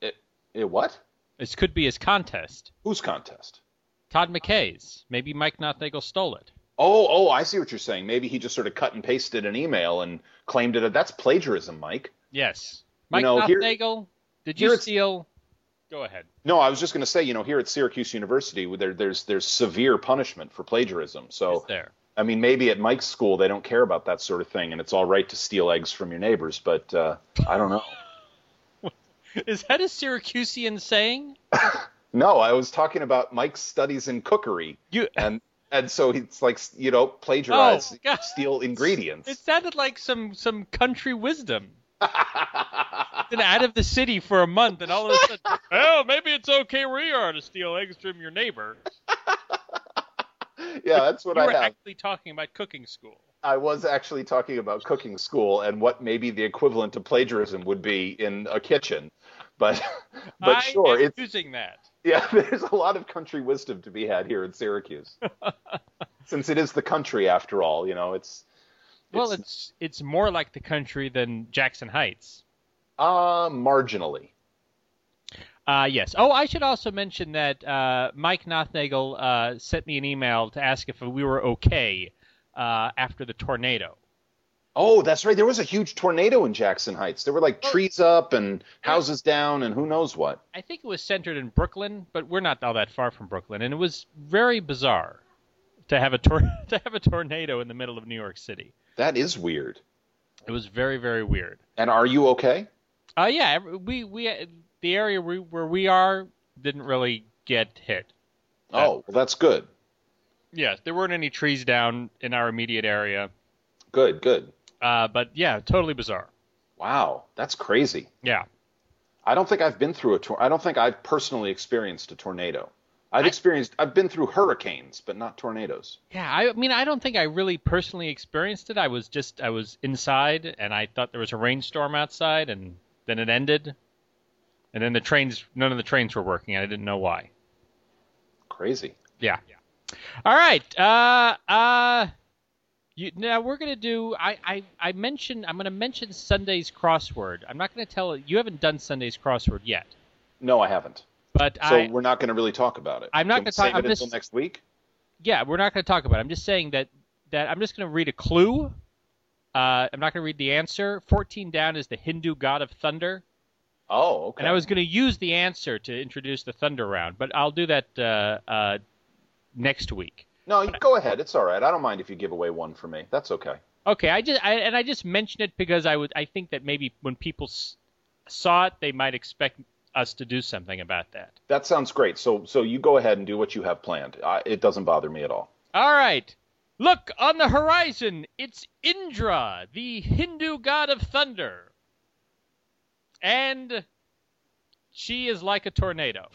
[SPEAKER 2] It, it Eh, what?
[SPEAKER 1] This could be his contest.
[SPEAKER 2] Whose contest?
[SPEAKER 1] Todd McKay's. Maybe Mike Nothnagel stole it.
[SPEAKER 2] Oh, oh, I see what you're saying. Maybe he just sort of cut and pasted an email and claimed it. That's plagiarism, Mike.
[SPEAKER 1] Yes.
[SPEAKER 2] You
[SPEAKER 1] Mike
[SPEAKER 2] know, here-
[SPEAKER 1] Nothnagel, did
[SPEAKER 2] here
[SPEAKER 1] you
[SPEAKER 2] it's-
[SPEAKER 1] steal? Go ahead.
[SPEAKER 2] No, I was just going to say, you know, here at Syracuse University, there, there's there's severe punishment for plagiarism. So
[SPEAKER 1] It's there.
[SPEAKER 2] I mean, maybe at Mike's school they don't care about that sort of thing, and it's all right to steal eggs from your neighbors. But uh, I don't know.
[SPEAKER 1] Is that a Syracusean saying?
[SPEAKER 2] No, I was talking about Mike's studies in cookery,
[SPEAKER 1] You.
[SPEAKER 2] and and so it's like you know plagiarize,
[SPEAKER 1] Oh, God.
[SPEAKER 2] steal ingredients.
[SPEAKER 1] It sounded like some some country wisdom. been out of the city for a month, and all of a sudden, well, maybe it's okay where you are to steal eggs from your neighbor.
[SPEAKER 2] yeah, that's what
[SPEAKER 1] you
[SPEAKER 2] I
[SPEAKER 1] were
[SPEAKER 2] have.
[SPEAKER 1] actually talking about cooking school.
[SPEAKER 2] I was actually talking about cooking school and what maybe the equivalent to plagiarism would be in a kitchen, but but
[SPEAKER 1] I
[SPEAKER 2] sure,
[SPEAKER 1] am
[SPEAKER 2] it's
[SPEAKER 1] using that.
[SPEAKER 2] Yeah, there's a lot of country wisdom to be had here in Syracuse. Since it is the country after all, you know, it's
[SPEAKER 1] Well, it's it's more like the country than Jackson Heights.
[SPEAKER 2] uh marginally.
[SPEAKER 1] Uh, yes. Oh, I should also mention that uh, Mike Nothnagel uh, sent me an email to ask if we were okay uh, after the tornado.
[SPEAKER 2] Oh, that's right. There was a huge tornado in Jackson Heights. There were like
[SPEAKER 1] Oh.
[SPEAKER 2] trees up and houses down and who knows what.
[SPEAKER 1] I think it was centered in Brooklyn, but we're not all that far from Brooklyn, and it was very bizarre to have a tor- to have a tornado in the middle of New York City.
[SPEAKER 2] That is weird.
[SPEAKER 1] It was very very weird.
[SPEAKER 2] And are you okay?
[SPEAKER 1] Uh, yeah, ev- we we the area we, where we are didn't really get hit.
[SPEAKER 2] Oh, well, that's good.
[SPEAKER 1] Yes, there weren't any trees down in our immediate area,
[SPEAKER 2] Good, good.
[SPEAKER 1] uh, but yeah, totally bizarre.
[SPEAKER 2] Wow, that's crazy.
[SPEAKER 1] Yeah,
[SPEAKER 2] I don't think I've been through a tor- I don't think I've personally experienced a tornado. I've experienced I've been through hurricanes, but not tornadoes.
[SPEAKER 1] yeah. I mean, I don't think I really personally experienced it. I was just I was inside, and I thought there was a rainstorm outside, and then it ended, and then the trains none of the trains were working, and I didn't know why.
[SPEAKER 2] Crazy.
[SPEAKER 1] Yeah. All right. Uh, uh, you, now we're gonna do. I, I, I mentioned. I'm gonna mention Sunday's crossword. I'm not gonna tell. You haven't done Sunday's crossword yet,
[SPEAKER 2] No, I haven't.
[SPEAKER 1] but
[SPEAKER 2] So
[SPEAKER 1] I,
[SPEAKER 2] we're not going to really talk about it.
[SPEAKER 1] I'm not
[SPEAKER 2] Can we
[SPEAKER 1] gonna talk-
[SPEAKER 2] save
[SPEAKER 1] I'm
[SPEAKER 2] it
[SPEAKER 1] just-
[SPEAKER 2] until next week.
[SPEAKER 1] yeah, we're not gonna talk about. it. I'm just saying that that I'm just gonna read a clue. Uh, I'm not gonna read the answer. 14 down is the Hindu god of thunder,
[SPEAKER 2] Oh, okay.
[SPEAKER 1] and I was gonna use the answer to introduce the thunder round, but I'll do that uh, uh, next week.
[SPEAKER 2] No, you go ahead. It's all right. I don't mind if you give away one for me. That's okay.
[SPEAKER 1] Okay, I just I, and I just mentioned it because I would I think that maybe when people s- saw it, they might expect us to do something about that.
[SPEAKER 2] That sounds great. So so you go ahead and do what you have planned. I, it doesn't bother me at all.
[SPEAKER 1] All right. Look on the horizon. It's Indra, the Hindu god of thunder. And she is like a tornado.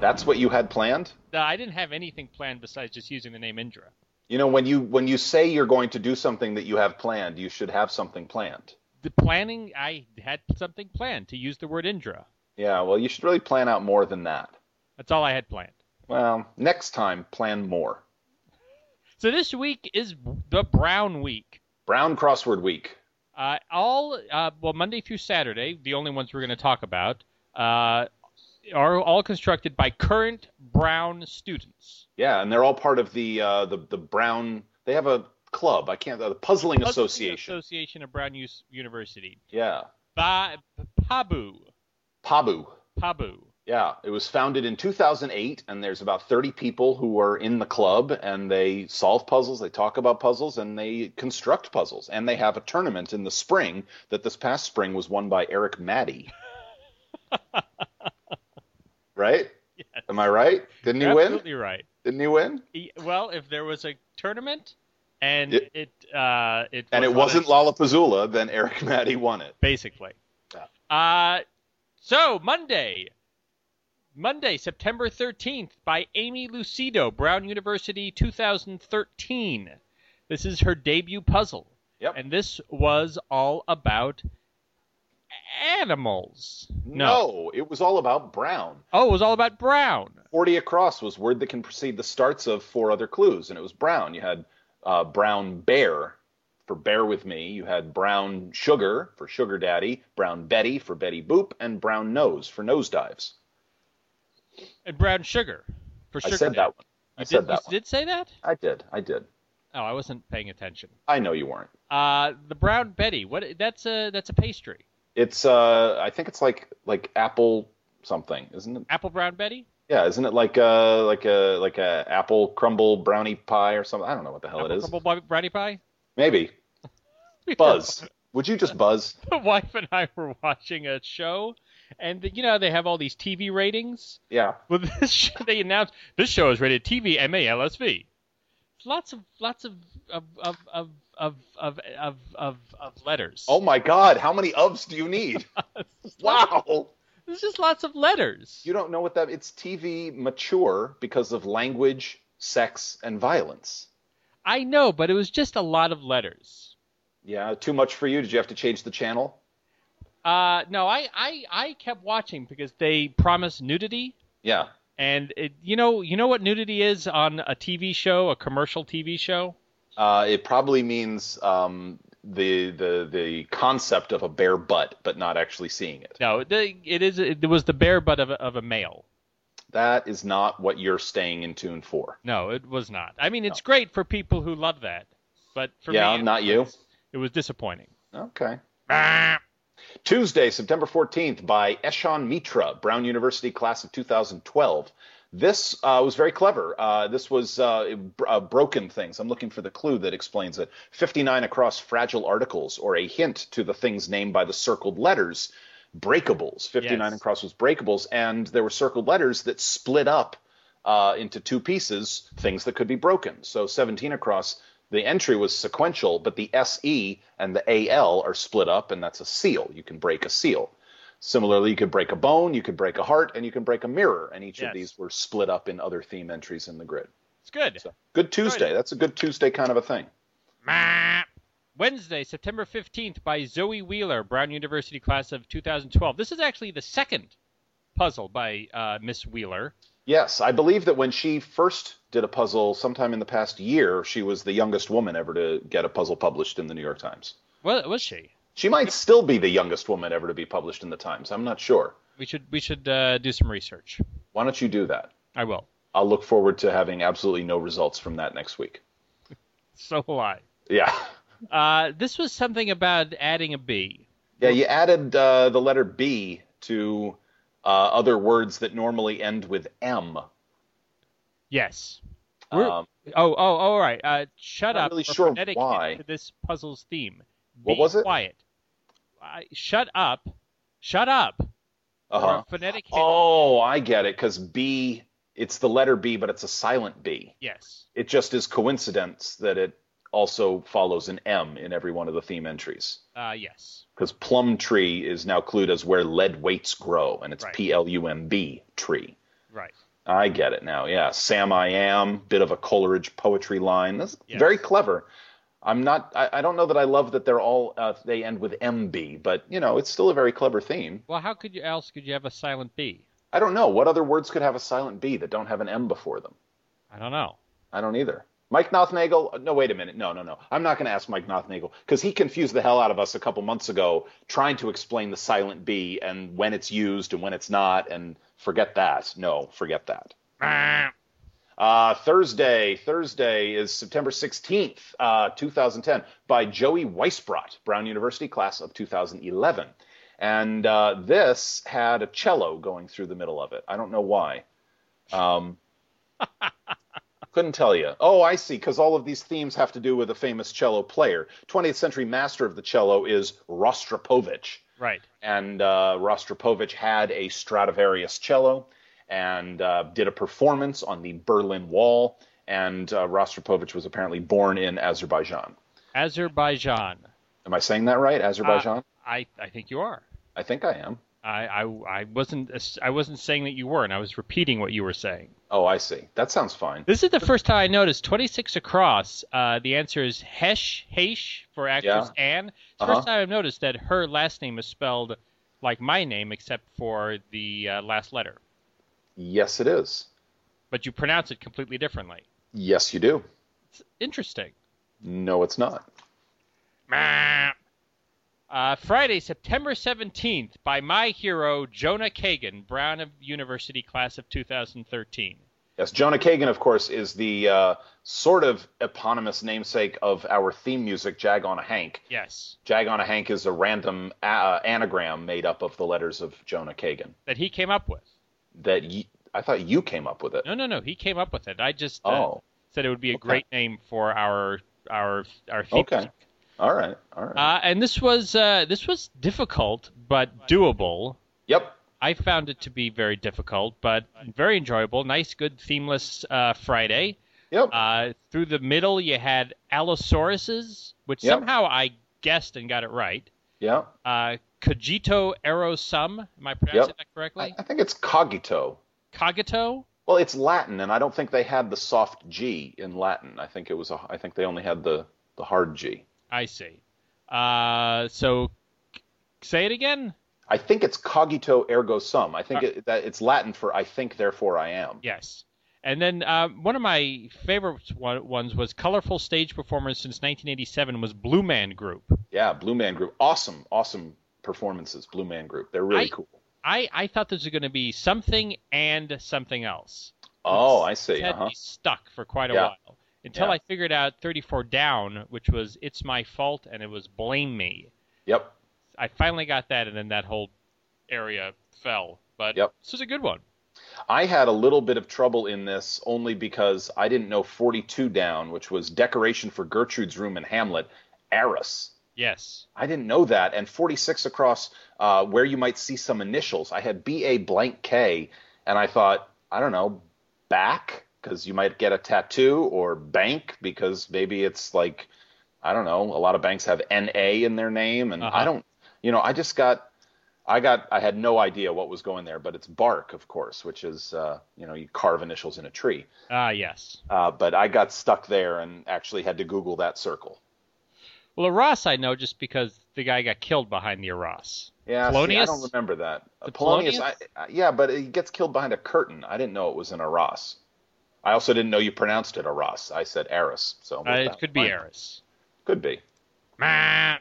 [SPEAKER 2] That's what you had planned.
[SPEAKER 1] Now, I didn't have anything planned besides just using the name Indra.
[SPEAKER 2] You know when you when you say you're going to do something that you have planned, you should have something planned.
[SPEAKER 1] The planning, I had something planned to use the word Indra.
[SPEAKER 2] Yeah, well, you should really plan out more than that.
[SPEAKER 1] That's all I had planned.
[SPEAKER 2] Well, next time plan more.
[SPEAKER 1] So this week is the Brown Week.
[SPEAKER 2] Brown crossword week.
[SPEAKER 1] Uh, all uh, well Monday through Saturday, the only ones we're going to talk about uh, are all constructed by current Brown students.
[SPEAKER 2] Yeah, and they're all part of the uh, the the Brown. They have a club. I can't. The Puzzling,
[SPEAKER 1] Puzzling
[SPEAKER 2] Association.
[SPEAKER 1] Association of Brown U- University.
[SPEAKER 2] yeah,
[SPEAKER 1] Ba- Pabu.
[SPEAKER 2] Pabu.
[SPEAKER 1] Pabu.
[SPEAKER 2] Yeah, it was founded in 2008, and there's about 30 people who are in the club, and they solve puzzles, they talk about puzzles, and they construct puzzles, and they have a tournament in the spring that this past spring was won by Eric Maddie. right? Am I right? Didn't he
[SPEAKER 1] You're
[SPEAKER 2] win?
[SPEAKER 1] absolutely right.
[SPEAKER 2] Didn't he win?
[SPEAKER 1] E- Well, if there was a tournament and
[SPEAKER 2] It-
[SPEAKER 1] it, uh, it
[SPEAKER 2] And it
[SPEAKER 1] was on
[SPEAKER 2] wasn't
[SPEAKER 1] a-
[SPEAKER 2] Lollapuzzoola, then Eric Maddie won it.
[SPEAKER 1] basically. Uh, so Monday, Monday, September thirteenth, by Amy Lucido, Brown University, two thousand thirteen. This is her debut puzzle,
[SPEAKER 2] Yep.
[SPEAKER 1] and this was all about animals.
[SPEAKER 2] no, it was all about Brown.
[SPEAKER 1] Oh, it was all about brown.
[SPEAKER 2] 40 across was word that can precede the starts of four other clues, and it was brown. You had uh, brown bear for bear with me. You had brown sugar for sugar daddy, brown Betty for Betty Boop, and brown nose for nosedives.
[SPEAKER 1] And brown sugar. For sugar
[SPEAKER 2] I said
[SPEAKER 1] daddy.
[SPEAKER 2] that one. I
[SPEAKER 1] You
[SPEAKER 2] said
[SPEAKER 1] did,
[SPEAKER 2] that
[SPEAKER 1] you
[SPEAKER 2] one.
[SPEAKER 1] did say that?
[SPEAKER 2] I did. I did.
[SPEAKER 1] Oh, I wasn't paying attention.
[SPEAKER 2] I know you weren't.
[SPEAKER 1] Uh, the brown Betty. What? That's a that's a pastry.
[SPEAKER 2] It's uh, I think it's like like apple something, isn't it?
[SPEAKER 1] Apple brown Betty.
[SPEAKER 2] Yeah, isn't it like a like a like a apple crumble brownie pie or something? I don't know what the hell
[SPEAKER 1] Apple
[SPEAKER 2] Oh, it is.
[SPEAKER 1] crumble bu- brownie pie.
[SPEAKER 2] Maybe buzz. Would you just buzz?
[SPEAKER 1] the wife and I were watching a show, and you know how they have all these TV ratings.
[SPEAKER 2] Yeah.
[SPEAKER 1] Well, this show, they announced this show is rated TV MA LSV. Lots of lots of of of of of of of, of, of letters.
[SPEAKER 2] Oh my God, how many ofs do you need? wow.
[SPEAKER 1] there's just lots of letters.
[SPEAKER 2] You don't know what that it's TV mature because of language, sex, and violence.
[SPEAKER 1] I know, but it was just a lot of letters.
[SPEAKER 2] Yeah, too much for you. Did you have to change the channel?
[SPEAKER 1] Uh, no, I, I I kept watching because they promised nudity.
[SPEAKER 2] Yeah.
[SPEAKER 1] And it, you know, you know what nudity is on a TV show, a commercial TV show.
[SPEAKER 2] Uh, it probably means um, the the the concept of a bare butt, but not actually seeing it.
[SPEAKER 1] No, the, it is. It was the bare butt of a, of a male.
[SPEAKER 2] That is not what you're staying in tune for.
[SPEAKER 1] No, it was not. I mean, it's great for people who love that, but for
[SPEAKER 2] yeah,
[SPEAKER 1] me,
[SPEAKER 2] not you.
[SPEAKER 1] it was disappointing.
[SPEAKER 2] Okay.
[SPEAKER 1] Ah,
[SPEAKER 2] Tuesday, September 14th, by Eshan Mitra, Brown University class of 2012. This uh, was very clever. Uh, this was uh, br- uh, broken things. I'm looking for the clue that explains it. 59 across fragile articles, or a hint to the things named by the circled letters. Breakables. 59
[SPEAKER 1] Yes.
[SPEAKER 2] across was breakables, and there were circled letters that split up uh, into two pieces, things that could be broken. So 17 across, the entry was sequential, but the SE and the AL are split up, and that's a seal. You can break a seal. Similarly, you could break a bone, you could break a heart, and you can break a mirror. And each
[SPEAKER 1] Yes.
[SPEAKER 2] of these were split up in other theme entries in the grid.
[SPEAKER 1] it's good.
[SPEAKER 2] So, good Tuesday. That's a good Tuesday kind of a thing.
[SPEAKER 1] Ah. Wednesday, September fifteenth, by Zoe Wheeler, Brown University class of 2012. This is actually the second puzzle by uh, Miss Wheeler.
[SPEAKER 2] Yes, I believe that when she first did a puzzle sometime in the past year, she was the youngest woman ever to get a puzzle published in the New York Times.
[SPEAKER 1] Well, was she?
[SPEAKER 2] She might still be the youngest woman ever to be published in the Times. I'm not sure.
[SPEAKER 1] We should we should uh, do some research.
[SPEAKER 2] Why don't you do that?
[SPEAKER 1] I will.
[SPEAKER 2] I'll look forward to having absolutely no results from that next week.
[SPEAKER 1] So will I.
[SPEAKER 2] Yeah.
[SPEAKER 1] Uh, this was something about adding a B.
[SPEAKER 2] Yeah, you added uh, the letter B to uh, uh, other words that normally end with M.
[SPEAKER 1] Yes. We're, oh, oh, all right. Uh, shut
[SPEAKER 2] Um, Not
[SPEAKER 1] up.
[SPEAKER 2] really
[SPEAKER 1] We're
[SPEAKER 2] sure
[SPEAKER 1] phonetic
[SPEAKER 2] why.
[SPEAKER 1] into this puzzle's theme.
[SPEAKER 2] What
[SPEAKER 1] Be
[SPEAKER 2] was it?
[SPEAKER 1] Quiet. I, shut up. Shut up. Or
[SPEAKER 2] Uh-huh.
[SPEAKER 1] a phonetic hint.
[SPEAKER 2] Oh, I get it. Because B, it's the letter B, but it's a silent B.
[SPEAKER 1] Yes.
[SPEAKER 2] It just is coincidence that it also follows an M in every one of the theme entries.
[SPEAKER 1] Uh, yes.
[SPEAKER 2] Because plum tree is now clued as where lead weights grow, and it's
[SPEAKER 1] Right.
[SPEAKER 2] P L U M B tree.
[SPEAKER 1] Right.
[SPEAKER 2] I get it now. Yeah, Sam, I am bit of a Coleridge poetry line. That's
[SPEAKER 1] Yes.
[SPEAKER 2] very clever. I'm not. I, I don't know that I love that they're all. Uh, they end with MB, but you know, it's still a very clever theme.
[SPEAKER 1] Well, how could you else could you have a silent B?
[SPEAKER 2] I don't know what other words could have a silent B that don't have an M before them.
[SPEAKER 1] I don't know.
[SPEAKER 2] I don't either. Mike Nothnagel? uh, No, wait a minute. No, no, no. I'm not going to ask Mike Nothnagel because he confused the hell out of us a couple months ago trying to explain the silent B and when it's used and when it's not. And forget that. No, forget that. Uh, Thursday, Thursday is September 16th, uh, 2010, by Joey Weisbrot, Brown University class of 2011. And uh, this had a cello going through the middle of it. I don't know why. Um, couldn't tell you. Oh, I see, because all of these themes have to do with a famous cello player. 20th century master of the cello is Rostropovich
[SPEAKER 1] Right.
[SPEAKER 2] and uh, Rostropovich had a Stradivarius cello and uh, did a performance on the Berlin Wall. And uh, Rostropovich was apparently born in Azerbaijan.
[SPEAKER 1] Azerbaijan.
[SPEAKER 2] Am I saying that right? Azerbaijan?
[SPEAKER 1] I, I think you are.
[SPEAKER 2] I think I am.
[SPEAKER 1] I, I, I wasn't uh, I wasn't saying that you weren't. I was repeating what you were saying.
[SPEAKER 2] Oh, I see. That sounds fine.
[SPEAKER 1] This is the first time I noticed 26 across. Uh, the answer is Hesh Hesh for actress Anne. It's the
[SPEAKER 2] Uh-huh.
[SPEAKER 1] First time I've noticed that her last name is spelled like my name except for the uh, last letter,
[SPEAKER 2] Yes, it is.
[SPEAKER 1] but you pronounce it completely differently.
[SPEAKER 2] Yes, you do.
[SPEAKER 1] It's interesting.
[SPEAKER 2] No, it's not.
[SPEAKER 1] Uh, Friday, September 17th, by my hero, Jonah Kagan, Brown of University class of 2013.
[SPEAKER 2] Yes, Jonah Kagan, of course, is the uh, sort of eponymous namesake of our theme music, Jag on a Hank.
[SPEAKER 1] Yes,
[SPEAKER 2] Jag on a Hank is a random uh, anagram made up of the letters of Jonah Kagan.
[SPEAKER 1] that he came up with.
[SPEAKER 2] that you, I thought you came up with it.
[SPEAKER 1] No, no, no, he came up with it. I just uh,
[SPEAKER 2] Oh,
[SPEAKER 1] said it would be a
[SPEAKER 2] Okay.
[SPEAKER 1] great name for our our our theme.
[SPEAKER 2] Okay.
[SPEAKER 1] music.
[SPEAKER 2] all right, all right.
[SPEAKER 1] Uh, and this was uh, this was difficult but doable.
[SPEAKER 2] yep.
[SPEAKER 1] I found it to be very difficult, but very enjoyable. Nice, good themeless uh, Friday.
[SPEAKER 2] Yep.
[SPEAKER 1] Uh, through the middle, you had Allosauruses, which
[SPEAKER 2] Yep.
[SPEAKER 1] somehow I guessed and got it right.
[SPEAKER 2] yep.
[SPEAKER 1] Uh, Cogito Aerosum. Am I pronouncing
[SPEAKER 2] Yep.
[SPEAKER 1] that
[SPEAKER 2] I,
[SPEAKER 1] correctly?
[SPEAKER 2] I think it's cogito.
[SPEAKER 1] Cogito?
[SPEAKER 2] Well, it's Latin, and I don't think they had the soft G in Latin. I think it was. A, I think they only had the the hard G.
[SPEAKER 1] I see. Uh, so, c- say it again?
[SPEAKER 2] I think it's cogito ergo sum. I
[SPEAKER 1] Uh.
[SPEAKER 2] think it, that it's Latin for I think, therefore I am.
[SPEAKER 1] Yes. And then uh, one of my favorite one- ones was colorful stage performers since 1987 was Blue Man Group.
[SPEAKER 2] Yeah, Blue Man Group. Awesome, awesome performances. Blue Man Group. They're really
[SPEAKER 1] I-
[SPEAKER 2] cool.
[SPEAKER 1] I, I thought this was going to be something and something else.
[SPEAKER 2] Oh, I
[SPEAKER 1] It
[SPEAKER 2] see.
[SPEAKER 1] had
[SPEAKER 2] Uh-huh.
[SPEAKER 1] me stuck for quite a
[SPEAKER 2] Yeah.
[SPEAKER 1] while until
[SPEAKER 2] Yeah.
[SPEAKER 1] I figured out 34 down, which was "It's my fault" and it was "Blame me."
[SPEAKER 2] Yep.
[SPEAKER 1] I finally got that, and then that whole area fell. But
[SPEAKER 2] Yep.
[SPEAKER 1] this is a good one.
[SPEAKER 2] I had a little bit of trouble in this only because I didn't know 42 down, which was decoration for Gertrude's room in Hamlet, Eris.
[SPEAKER 1] Yes.
[SPEAKER 2] I didn't know that. And 46 across, uh, where you might see some initials. I had B A blank K, and I thought, I don't know, back, because you might get a tattoo, or bank, because maybe it's like, I don't know, a lot of banks have N A in their name. And
[SPEAKER 1] Uh-huh.
[SPEAKER 2] I don't, you know, I just got. I got I had no idea what was going there, but it's bark, of course, which is uh, you know you carve initials in a tree.
[SPEAKER 1] Ah, yes.
[SPEAKER 2] Uh, but I got stuck there and actually had to Google that circle.
[SPEAKER 1] Well, Arras I know just because the guy got killed behind the Arras.
[SPEAKER 2] Yeah, see, I
[SPEAKER 1] Polonius?
[SPEAKER 2] don't remember that.
[SPEAKER 1] The
[SPEAKER 2] Polonius,
[SPEAKER 1] Polonius?
[SPEAKER 2] I, I, yeah, but he gets killed behind a curtain. I didn't know it was in Arras. I also didn't know you pronounced it Arras. I said Arras, so
[SPEAKER 1] Uh, it could be
[SPEAKER 2] Fine.
[SPEAKER 1] Eris.
[SPEAKER 2] Could be.
[SPEAKER 1] Meh.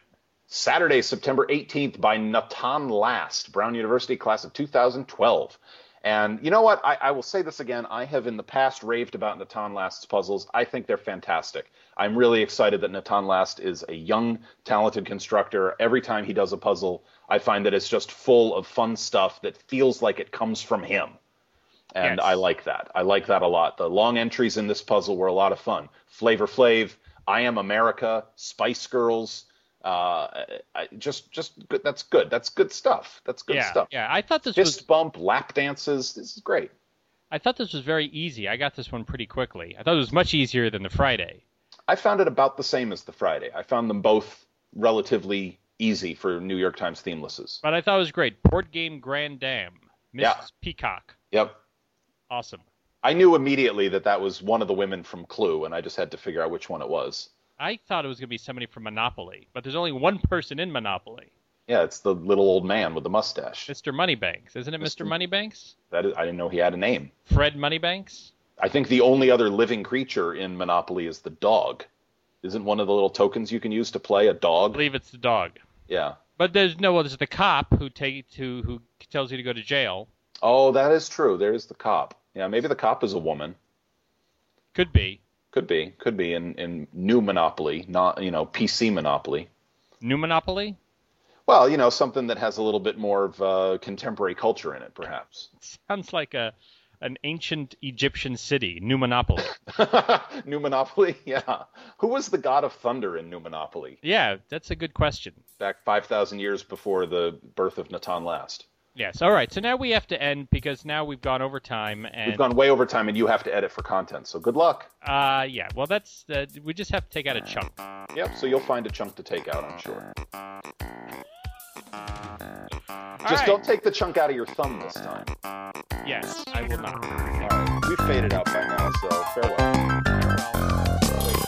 [SPEAKER 2] Saturday, September 18th by Natan Last, Brown University class of 2012. And you know what? I, I, will say this again. I have in the past raved about Natan Last's puzzles. I think they're fantastic. I'm really excited that Natan Last is a young, talented constructor. Every time he does a puzzle, I find that it's just full of fun stuff that feels like it comes from him. And yes. I like that. I like that a lot. The long entries in this puzzle were a lot of fun. Flavor Flav, I Am America, Spice Girls, uh, I, just just good. That's good. That's good stuff. That's good
[SPEAKER 1] yeah,
[SPEAKER 2] stuff.
[SPEAKER 1] Yeah, I thought this
[SPEAKER 2] fist
[SPEAKER 1] was,
[SPEAKER 2] bump, lap dances. This is great.
[SPEAKER 1] I thought this was very easy. I got this one pretty quickly. I thought it was much easier than the Friday.
[SPEAKER 2] I found it about the same as the Friday. I found them both relatively easy for New York Times themelesses.
[SPEAKER 1] But I thought it was great. Board game Grand Dame, Miss
[SPEAKER 2] yeah.
[SPEAKER 1] Peacock.
[SPEAKER 2] Yep.
[SPEAKER 1] Awesome.
[SPEAKER 2] I knew immediately that that was one of the women from Clue, and I just had to figure out which one it was.
[SPEAKER 1] I thought it was going to be somebody from Monopoly, but there's only one person in Monopoly.
[SPEAKER 2] Yeah, it's the little old man with the mustache.
[SPEAKER 1] Mr. Moneybanks, isn't it, Mr. Mr. Moneybanks?
[SPEAKER 2] That is, I didn't know he had a name.
[SPEAKER 1] Fred Moneybanks.
[SPEAKER 2] I think the only other living creature in Monopoly is the dog. Isn't one of the little tokens you can use to play a dog?
[SPEAKER 1] I believe it's the dog.
[SPEAKER 2] Yeah.
[SPEAKER 1] But there's no. Well, there's the cop who take who who tells you to go to jail.
[SPEAKER 2] Oh, that is true. There is the cop. Yeah, maybe the cop is a woman.
[SPEAKER 1] Could be.
[SPEAKER 2] Could be, could be in, in new Monopoly, not you know PC Monopoly.
[SPEAKER 1] New Monopoly.
[SPEAKER 2] Well, you know something that has a little bit more of uh, contemporary culture in it, perhaps.
[SPEAKER 1] It sounds like a an ancient Egyptian city, New Monopoly.
[SPEAKER 2] new Monopoly, yeah. Who was the god of thunder in New Monopoly?
[SPEAKER 1] Yeah, that's a good question.
[SPEAKER 2] Back five thousand years before the birth of Natan Last.
[SPEAKER 1] Yes. All right. So now we have to end because now we've gone over time and
[SPEAKER 2] we've gone way over time, and you have to edit for content. So good luck.
[SPEAKER 1] Uh, yeah. Well, that's uh, we just have to take out a chunk.
[SPEAKER 2] Yep. So you'll find a chunk to take out, I'm sure. All just right. don't take the chunk out of your thumb this time.
[SPEAKER 1] Yes, I will not.
[SPEAKER 2] All right. We've faded out by now, so farewell. Uh,
[SPEAKER 1] farewell.